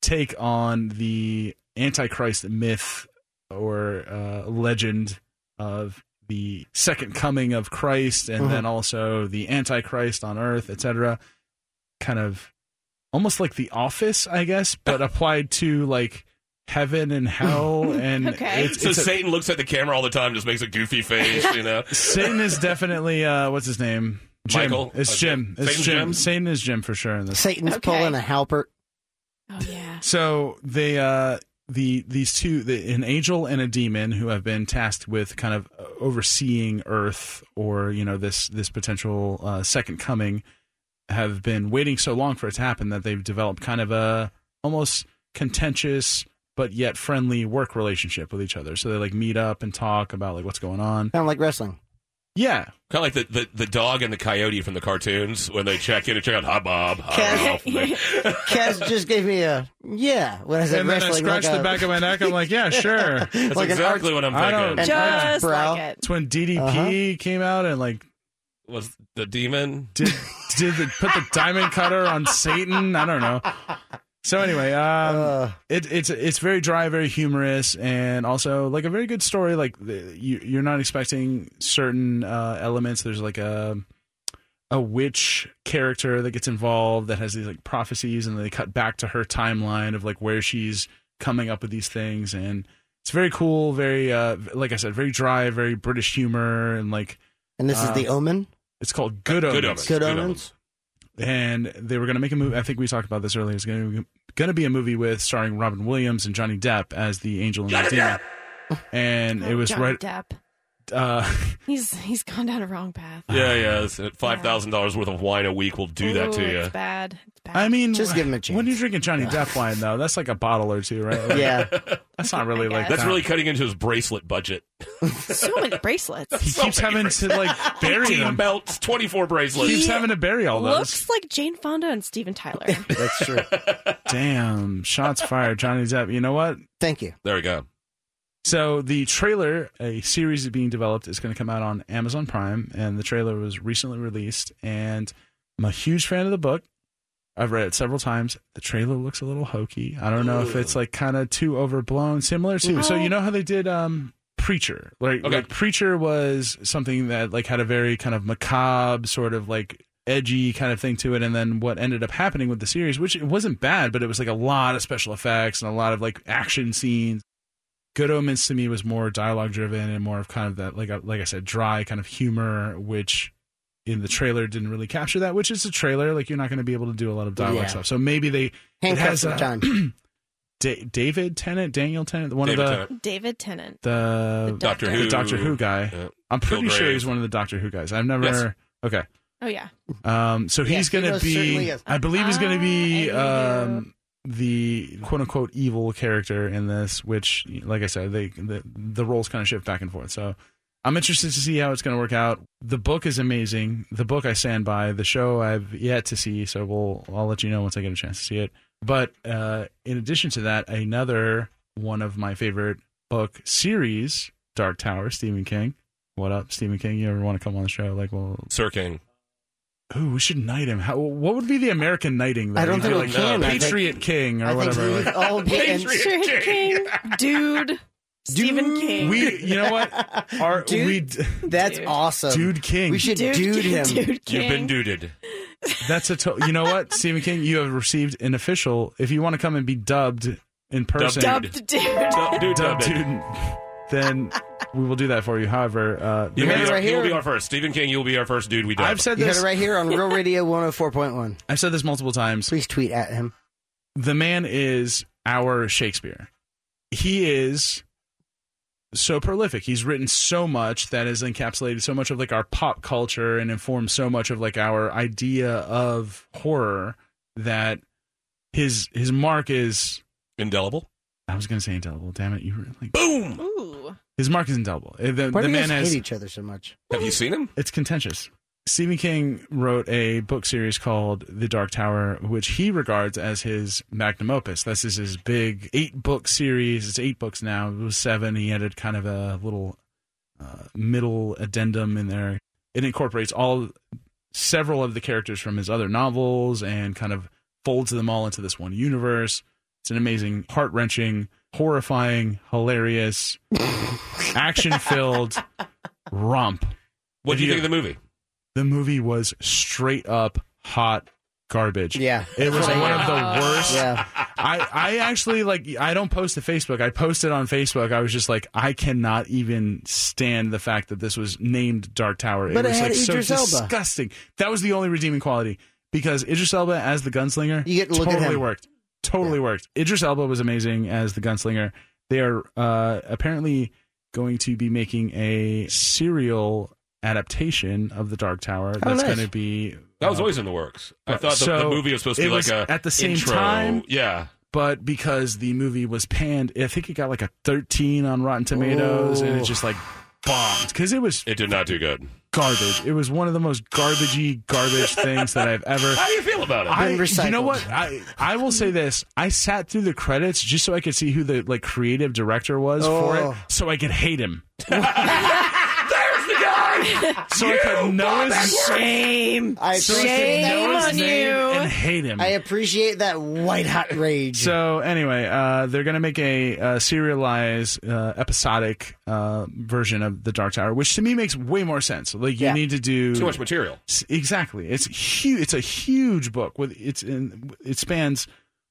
take on the Antichrist myth or uh, legend of the second coming of Christ and
Mhm.
then also the Antichrist on earth, etc. Kind of almost like The Office, I guess, but applied to like heaven and hell and
Okay.
it's,
so
it's a-
Satan looks at the camera all the time, just makes a goofy face, you know.
Satan is definitely uh, what's his name? Jim.
Michael?
It's
Uh,
Jim. It's
Satan's
Jim.
Jim?
Satan is Jim for sure in this.
Satan's
Okay.
pulling a halpert.
Oh yeah.
So they uh the these two the, an angel and a demon who have been tasked with kind of overseeing Earth or you know this this potential uh, second coming have been waiting so long for it to happen that they've developed kind of a almost contentious but yet friendly work relationship with each other. So they like meet up and talk about like what's going on.
Kind of like wrestling.
Yeah,
Kind of like the, the, the dog and the coyote from the cartoons when they check in and check out, hi, Bob. Hi, Ralph. And they-
Kaz just gave me a yeah when I said
and then I
wrestling.
scratched
like
the
a-
back of my neck. I'm like, yeah, sure.
That's
like an
exactly what I'm
I
thinking.
don't-
an
Just
arched brow.
like it.
It's when DDP
Uh-huh.
came out and like
Was the demon?
did did the, put the diamond cutter on Satan. I don't know. So anyway, um,
Uh,
it, it's it's very dry, very humorous, and also like a very good story. Like the, you you're not expecting certain uh, elements. There's like a a witch character that gets involved that has these like prophecies, and they cut back to her timeline of like where she's coming up with these things, and it's very cool. Very uh, like I said, very dry, very British humor, and like
and this is
Uh,
the Omen.
it's called Good Omens
Good omens.
Good omens.
and they were going to make a movie. I think we talked about this earlier. It's going to be a movie with starring Robin Williams and Johnny Depp as the angel and the demon. And it was
Oh, Johnny
right.
Depp.
Uh,
He's he's gone down a wrong path.
Yeah, yeah. it's- uh, $5,000 worth of wine a week will do that
Ooh,
to you.
It's bad. It's bad.
I mean,
Just give him a chance.
When you drink a Johnny Depp wine, though, that's like a bottle or two, right? Like,
Yeah,
that's not really
I
like
guess.
That's
that.
really cutting into his bracelet budget.
so many bracelets.
He
so
keeps
many
having to like bury
18
them.
belts, 24 bracelets.
Keeps having to bury all those.
Looks like Jane Fonda and Steven Tyler.
that's true.
Damn! Shots fired, Johnny Depp. You know what?
Thank you.
There we go.
So the trailer, a series is being developed, is going to come out on Amazon Prime, and the trailer was recently released. And I'm a huge fan of the book. I've read it several times. The trailer looks a little hokey. I don't know if it's like kind of too overblown. Similar to so you know how they did um Preacher, like,
Okay.
like Preacher was something that like had a very kind of macabre sort of like edgy kind of thing to it and then what ended up happening with the series which it wasn't bad but it was like a lot of special effects and a lot of like action scenes Good Omens to me was more dialogue driven and more of kind of that like I- like I said dry kind of humor, which in the trailer didn't really capture that. Which is a trailer, like you're not going to be able to do a lot of dialogue
Yeah.
stuff. So maybe they it
Handcuffs
has
for
a-
time.
Da- David Tennant, Daniel Tennant, one
David
of the
Tennant.
David Tennant.
the,
The
Doctor
The
Who.
the Doctor Who guy.
Yeah.
I'm
Bill
pretty sure
Grave.
he's one of the Doctor Who guys. I've never.
Yes.
Okay.
Oh yeah.
Um, so
Yes,
he's
he
going to
most certainly
be.
is.
I believe he's going to be
Ah, I knew.
um, the quote unquote evil character in this, which, like I said, they the, the roles kind of shift back and forth. So I'm interested to see how it's going to work out. The book is amazing. The book I stand by. The show I've yet to see, so we'll I'll let you know once I get a chance to see it. But uh, in addition to that, another one of my favorite book series, Dark Tower, Stephen King. What up, Stephen King? You ever want to come on the show? Like, well,
Sir King.
Ooh, we should knight him. How, what would be the American knighting? Though?
I don't
You'd
think
be
we
like
can. I think-
Patriot King or
I think
whatever.
we
like-
all be in-
Stephen King, dude, Stephen King,
we, you know what? Our,
Dude.
we, d-
That's
Dude.
awesome.
dude King.
We should dude, him.
dude
You've been
King.
duded.
That's a. To- you know what, Stephen King? You have received an official. If you want to come and be dubbed in person,
Dubbed.
dubbed dude.
Dub- dude,
dubbed,
dub it.
dude, then we will do that for you. However, uh,
You'll
You
be,
have it
our,
right
you'll
here.
be our first. Stephen King, you'll be our first dude we dub.
I've said
You heard
this.
it right here on Real Radio 104.1.
I've said this multiple times.
Please tweet at him.
the man is our Shakespeare. He is so prolific. He's written so much that has encapsulated so much of like our pop culture and informed so much of like our idea of horror that his his mark is
Indelible.
I was gonna say indelible. Damn it, you were like
Boom!
Ooh,
his mark is indelible. Uh, The,
Why do
the
you
man
guys
has
hate each other so much?
Have you seen him?
it's contentious. Stephen King wrote a book series called The Dark Tower, which he regards as his magnum opus. This is his big eight book series. It's eight books now. It was seven. He added kind of a little uh, middle addendum in there. It incorporates all several of the characters from his other novels and kind of folds them all into this one universe. It's an amazing, heart wrenching, horrifying, hilarious, action filled romp.
What do you
Have
think of the movie?
The movie was straight up hot garbage.
Yeah.
It was
Wow.
one of the worst.
Yeah.
I, I actually like I don't post to Facebook. I posted on Facebook. I was just like, I cannot even stand the fact that this was named Dark Tower.
But it
was
had
like so
Idris Elba.
disgusting. That was the only redeeming quality. Because Idris Elba as the gunslinger
You get to look at
totally
him.
worked. Totally worked. Idris Elba was amazing as the gunslinger. They are uh, apparently going to be making a serial adaptation of the Dark Tower that's
Oh, nice.
going to be
That was
uh,
always in the works. I
but-
thought the, the
so
movie was supposed to
it
be like
was
a
at the same
intro.
time-
Yeah,
but because the movie was panned, I think it got like a 13 on Rotten Tomatoes, and
Oh.
it just like bombed because it was
it did not do good.
garbage. It was one of the most garbagey garbage things that I've ever.
How do you feel about it?
I,
recycled.
you know what? I I will say this. I sat through the credits just so I could see who the like creative director was for
Oh.
it, so I could hate him,
There's the guy.
so I could know his,
shame.
I
so I
appreciate,
could
Shame
know his
on
name
you.
and hate him.
I appreciate that white hot rage.
So anyway, uh, they're going to make a, uh serialized, uh, episodic uh, version of the Dark Tower, which to me makes way more sense. Like you
Yeah.
need to do
Too much material.
S- Exactly, it's huge. It's a huge book with it's in it spans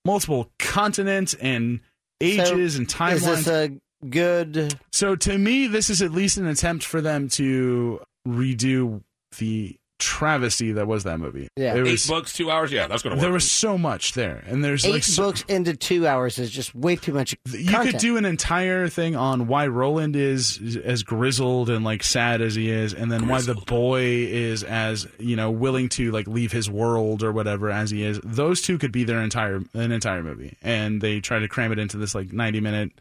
multiple continents and ages and
Is
timelines.
this a good.
So to me, this is at least an attempt for them to redo the travesty that was that movie.
Yeah.
It
Eight
was-
books, two hours. Yeah, that's gonna work.
there was so much there, and there's
Eight
like so,
books into two hours is just way too much.
you
content.
could do an entire thing on why Roland is is as grizzled and like sad as he is, and then why the boy is as you know willing to like leave his world or whatever as he is. Those two could be their entire an entire movie, and they try to cram it into this like ninety minute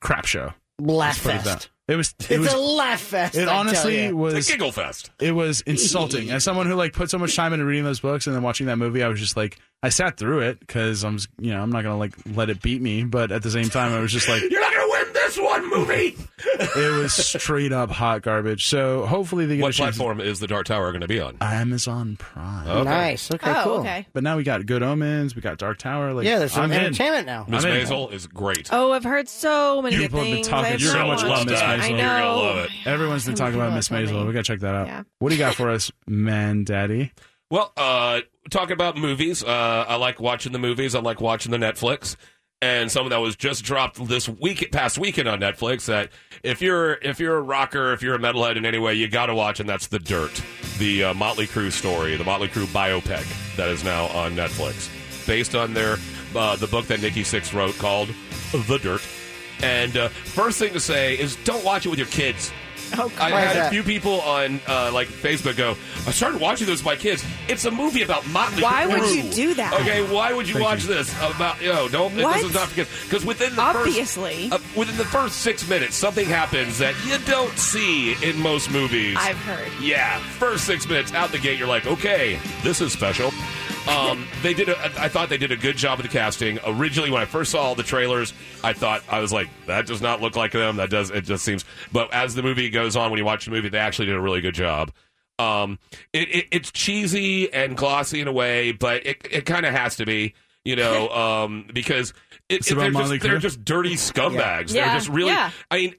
crap show.
Laugh
Let's put it
fest.
that- It was. It
It's
was.
a laugh fest. I
it
tell
honestly
ya.
it's
was
a giggle fest.
it was insulting. As someone who like put so much time into reading those books and then watching that movie, I was just like, I sat through it because I'm, s- you know, I'm not gonna like let it beat me. But at the same time, I was just like,
You're not gonna win this one movie.
it was straight up hot garbage. So hopefully they get
What
a chance.
platform is the Dark Tower going to be on?
Amazon Prime.
Okay.
Nice. Okay,
oh,
cool.
okay.
But now we got Good Omens. We got Dark Tower. Like,
yeah, there's some
I'm in.
entertainment now.
Miss
I'm in.
Maisel is great.
Oh, I've heard so many
People
good
have been
things.
talking
I've
so
not
much about
watched
Miss
it. I
Maisel.
You're gonna
know.
love it.
Everyone's been
So many
talking about
people
Miss
have told
Maisel.
me.
We gotta check that out.
Yeah.
What do you got for us, man, daddy?
Well, uh, talking about movies, uh, I like watching the movies. I like watching the Netflix, and something that was just dropped this week, past weekend on Netflix. That if you're if you're a rocker, if you're a metalhead in any way, you got to watch, and that's The Dirt, the uh, Motley Crue story, the Motley Crue biopic that is now on Netflix, based on their uh, the book that Nikki Six wrote called The Dirt. And uh, first thing to say is don't watch it with your kids.
Oh,
I
Why is
had a
that?
few people on uh, like Facebook go. I started watching this with my kids. It's a movie about Motley.
Why would
Crue."
you do that?
Okay, why would you
Thank
watch
you.
this about? You know, don't.
What?
It doesn't stop kids because within the first
Obviously.
uh, within the first six minutes, something happens that you don't see in most movies.
I've heard.
yeah, first six minutes out the gate, you're like, okay, this is special. Um, they did. A, I thought they did a good job of the casting. Originally, when I first saw all the trailers, I thought I was like, that does not look like them. That does. It just seems. But as the movie goes on, when you watch the movie, they actually did a really good job. Um, it, it it's cheesy and glossy in a way, but it it kind of has to be, you know, um, because it,
It's
it-
about
they're,
Motley
just, they're
Crue?
just dirty scumbags. They're
Yeah.
just really.
Yeah.
I mean,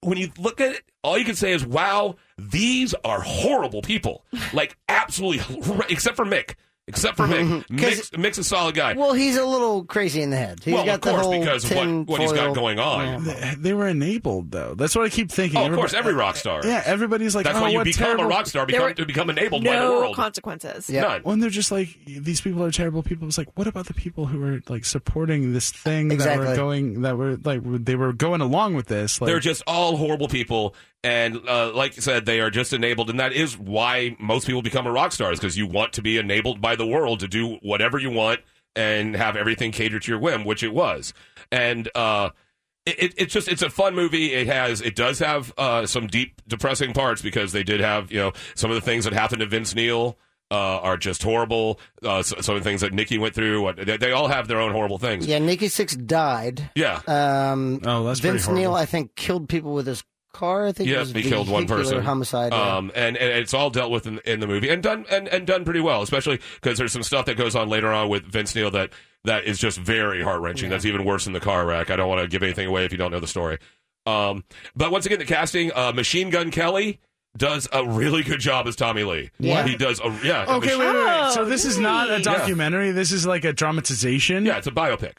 when you look at it, all you can say is, "Wow, these are horrible people." Like absolutely, hor- except for Mick. Except for Mick.
'Cause-
Mick's, Mick's a solid guy.
Well, he's a little crazy in the head. He's
well,
got
of course,
the whole
because of
tin
what, what he's
foil-
got going on.
Yeah.
They, they were enabled though. That's what I keep thinking.
Oh, of course, every
Everybody-
rock star.
Yeah, everybody's like,
That's
oh,
why you
what
become
terrible
a rock star,
There
become,
were
to become enabled by the
No
world.
consequences.
Yeah.
None.
When they're just like these people are terrible people. It's like, what about the people who were like supporting this thing that
Exactly.
were going that were like they were going along with this? Like,
They're just all horrible people, and uh, like you said, they are just enabled, and that is why most people become a rock star is because you want to be enabled by the world to do whatever you want and have everything catered to your whim, which it was, and uh, it, it- it's just it's a fun movie. It has it does have uh, some deep depressing parts because they did have you know some of the things that happened to Vince Neil. Uh, are just horrible. Uh, so, some of the things that Nikki went through, what, they, they all have their own horrible things.
Yeah, Nikki Six died.
yeah.
Um,
oh, that's
Vince
pretty horrible.
Neil, I think, killed people with his car. I think
Yeah,
it was
he killed one
vehicular
person.
Homicide. yeah.
um, and, and it's all dealt with in, in the movie and done and, and done pretty well, especially because there's some stuff that goes on later on with Vince Neil that that is just very heart wrenching. That's even worse than the car wreck. I don't want to give anything away if you don't know the story. Um, but once again, the casting, uh, Machine Gun Kelly does a really good job as Tommy Lee.
Yeah.
He does a yeah.
Okay,
Mach-
wait, wait, wait. So
Oh,
this is not a
nice.
documentary. This is like a dramatization.
yeah, it's a biopic.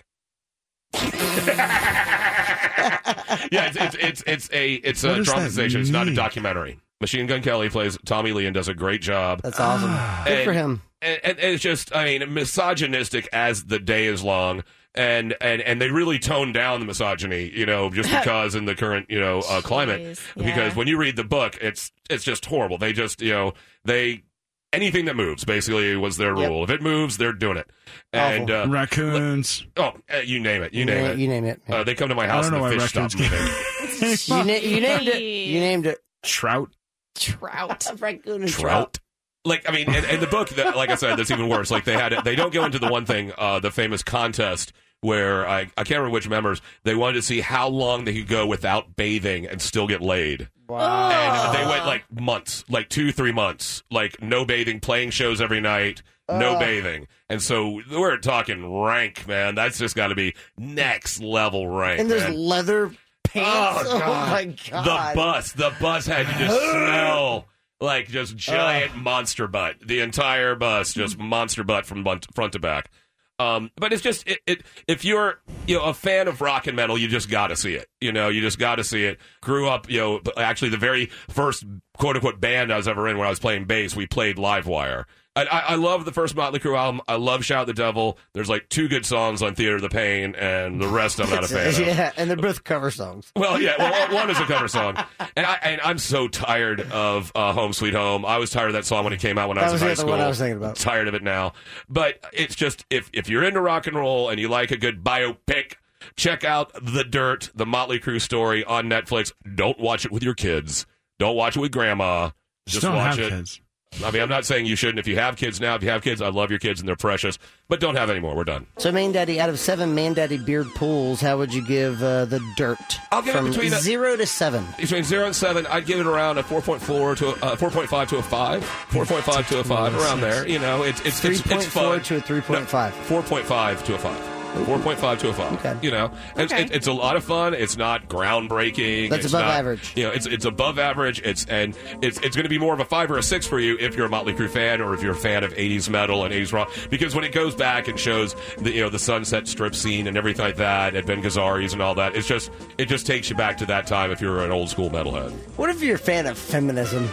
yeah, it's it's it's, it's a it's
What
a
does that
dramatization. It's not a
mean?
documentary. Machine Gun Kelly plays Tommy Lee and does a great job.
That's awesome. Good for
And-
him.
and, and it's just I mean misogynistic as the day is long. And, and and they really toned down the misogyny, you know, just because in the current you know uh, climate.
Jeez, yeah.
Because when you read the book, it's it's just horrible. They just you know they anything that moves basically was their
Yep.
rule. If it moves, they're doing it. And uh,
Raccoons.
oh, eh, you name it, you name
na-
it.
You name it.
uh, they come to my
I
house
don't
and
know
the
why
fish stop
raccoons
moving.
you, na- you named it.
Jeez.
You named it.
Trout.
Trout.
Raccoon and
trout. Like I mean, and, and the book, that, like I said, that's even worse. Like they had, they don't go into the one thing, uh, the famous contest where I, I can't remember which members they wanted to see how long they could go without bathing and still get laid,
Wow.
and uh, they went like months, like two, three months, like no bathing, playing shows every night, no
Ugh.
bathing, and so we're talking rank, man. That's just got to be next level rank.
And there's
man.
leather pants.
Oh, God.
my
The
god.
bus, the bus had you just smell like just giant monster butt. The entire bus, just monster butt from bunt- front to back. Um, but it's just it, it. If you're you know a fan of rock and metal, you just got to see it. You know, you just got to see it. Grew up, you know. but Actually, the very first quote unquote band I was ever in when I was playing bass, we played Livewire. I, I, I love the first Motley Crue album. I love Shout the Devil. There's like two good songs on Theater of the Pain, and the rest I'm not a fan of.
yeah, and they're both cover songs.
Well, yeah. Well, one is a cover song, and I and I'm so tired of uh, "Home Sweet Home." I was tired of that song when it came out when I
That was
was,
the
in high
other
school.
one I was thinking about.
Tired of it now, but it's just if if you're into rock and roll and you like a good biopic, check out "The Dirt," the Motley Crue story on Netflix. Don't watch it with your kids. Don't watch it with grandma. Just
Just don't
watch
have
it.
kids.
I mean, I'm not saying you shouldn't. If you have kids now, if you have kids, I love your kids and they're precious, but don't have any more. We're done.
So, Man Daddy, out of seven Man Daddy beard pools, how would you give uh, the dirt?
I'll give it
from
between a-
zero to seven.
between zero and seven, I'd give it around a four point four to a uh, four point five to a five, four point five to a five, around there. You know, it's it's
Three
it's,
point
it's
four
fun.
to a three point five.
Four point five to a five. Four point five to a five.
Okay.
You know, it's,
Okay.
it, it's a lot of fun. It's not groundbreaking.
That's
It's
above
not-
average.
You know, it's it's above average. It's and it's it's going to be more of a five or a six for you if you're a Motley Crue fan or if you're a fan of '80s metal and '80s rock. Because when it goes back and shows the you know the Sunset Strip scene and everything like that at Ben Gazzari's and all that, it's just it just takes you back to that time if you're an old school metalhead.
What if you're a fan of feminism?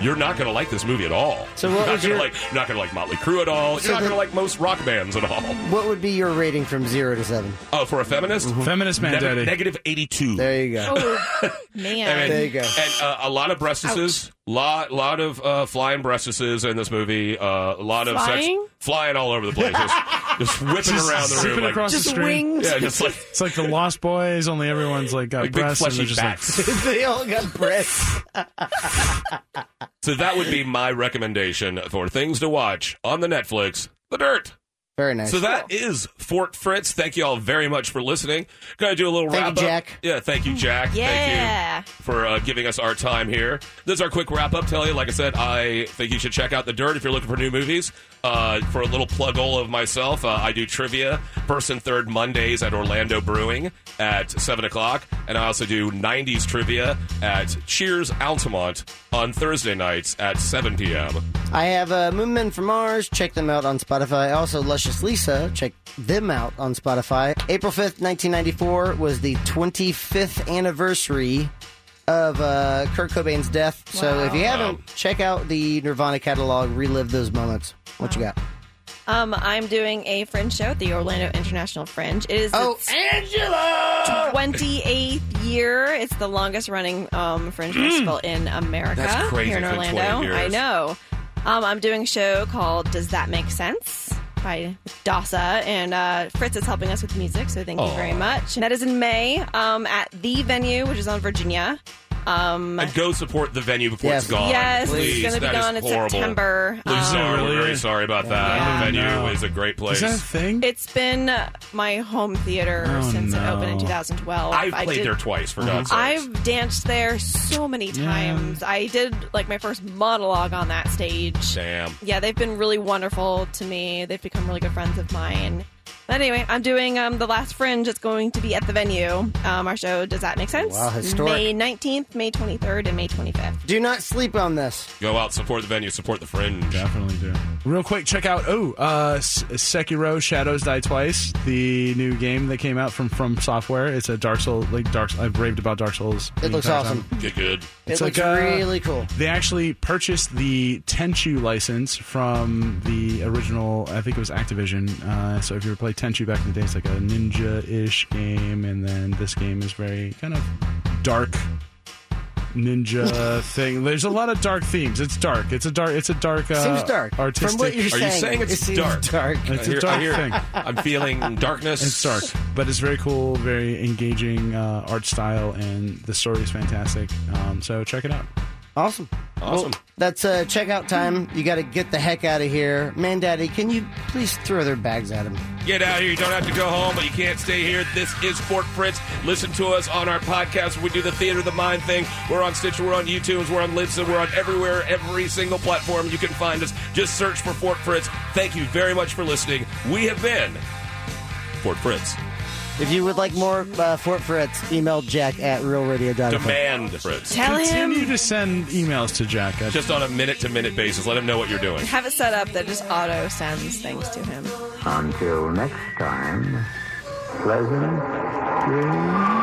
you're not going to like this movie at all.
So
you're
what
not
was
gonna
your-
like you're not going to like Motley Crue at all.
So
you're not
the-
going to like most rock bands at all.
What would be your rating from zero to seven?
Oh, for a feminist,
Feminist man,
Neg-
daddy.
negative eighty-two.
There you go.
Oh
I mean,
man.
There you go.
And uh, a lot of breastises, lot lot of uh, flying breastises in this movie. Uh, a lot of
Flying?
sex flying all over the place, just, just whipping
Just
around the
zipping
room, like,
across the screen.
yeah, just like
It's like the Lost Boys, only everyone's like got
like big
breasts and
fleshy
they're just
bats.
they all got breasts.
so that would be my recommendation for things to watch on the Netflix. The Dirt.
Very nice.
So that is Fort Fritz. Thank you all very much for listening. Gonna do a little
Thank
wrap
you,
up.
Jack.
Yeah, thank you, Jack. Thank you.
Yeah.
for uh, giving us our time here. This is our quick wrap up. Tell you, like I said, I think you should check out The Dirt if you're looking for new movies. Uh, for a little plug hole of myself, uh, I do trivia first and third Mondays at Orlando Brewing at 7 o'clock. And I also do 90s trivia at Cheers Altamont on Thursday nights at 7 p.m.
I have uh, Moon Men from Mars. Check them out on Spotify. Also, Luscious Lisa. Check them out on Spotify. April 5th, 1994 was the 25th anniversary of uh, Kurt Cobain's death. So if you haven't, check out the Nirvana catalog, relive those moments. What you got?
Um, I'm doing a fringe show at the Orlando International Fringe. It is
Oh,
its 28th year. It's the longest running um, fringe festival in America.
Mm. That's crazy,
Here in
it's been 20
Orlando.
years.
I know. Um, I'm doing a show called Does That Make Sense? By Dasa and uh, Fritz is helping us with music, so thank you very much. And that is in May um, at the venue, which is on Virginia. Um,
And go support the venue before
Yes.
it's gone.
yes,
Please.
it's going to
That
be
is
gone in
horrible.
September. Um,
We're sorry.
Really?
We're very sorry about that.
Yeah.
The venue
No.
is a great
Is
place.
that a thing?
It's been uh, my home theater
Oh,
since it
no.
opened in 2012.
I've
I
played
did- Uh-huh.
there twice, for God's sake.
I've danced there so many times. I did like my first monologue on that stage.
Damn.
Yeah, they've been really wonderful to me. They've become really good friends of mine. But anyway, I'm doing um, the last fringe. It's going to be at the venue. Um, our show does that make sense?
Wow, historic.
May 19th, May 23rd, and May 25th.
Do not sleep on this.
Go out, support the venue, support the fringe.
Definitely do. Real quick, check out oh, uh, S- Sekiro: Shadows Die Twice, the new game that came out from From Software. It's a Dark Souls like Dark. I've raved about Dark Souls.
It
many
looks
times.
awesome.
Get good.
It
It's
looks
like, uh,
really cool.
They actually purchased the Tenchu license from the original. I think it was Activision. Uh, so if you ever played Tenchu back in the day, it's like a ninja-ish game, and then this game is very kind of dark ninja thing. There's a lot of dark themes. It's dark. It's a dark. It's a dark. Uh,
seems dark.
Artistic.
From what you're
Are you
saying,
saying it's
it seems
dark?
dark.
it's
I
a
hear-
dark
I hear-
thing.
I'm feeling darkness.
It's dark, but it's very cool, very engaging uh, art style, and the story is fantastic. Um, so check it out.
Awesome.
Awesome.
That's uh, checkout time. You got to get the heck out of here. Man, Daddy, can you please throw their bags at him?
Get out here. You don't have to go home, but you can't stay here. This is Fort Fritz. Listen to us on our podcast. We do the Theater of the Mind thing. We're on Stitcher. We're on YouTube. We're on Libsyn. We're on everywhere, every single platform. You can find us. Just search for Fort Fritz. Thank you very much for listening. We have been Fort Fritz.
If you would like more uh, Fort Fritz, email jack at realradio.com.
Demand Fritz.
Tell
Continue
him.
to send emails to Jack. I-
Just on a minute to minute basis. Let them know what you're doing.
Have it set up that just auto sends things to him.
Until next time, pleasant dreams.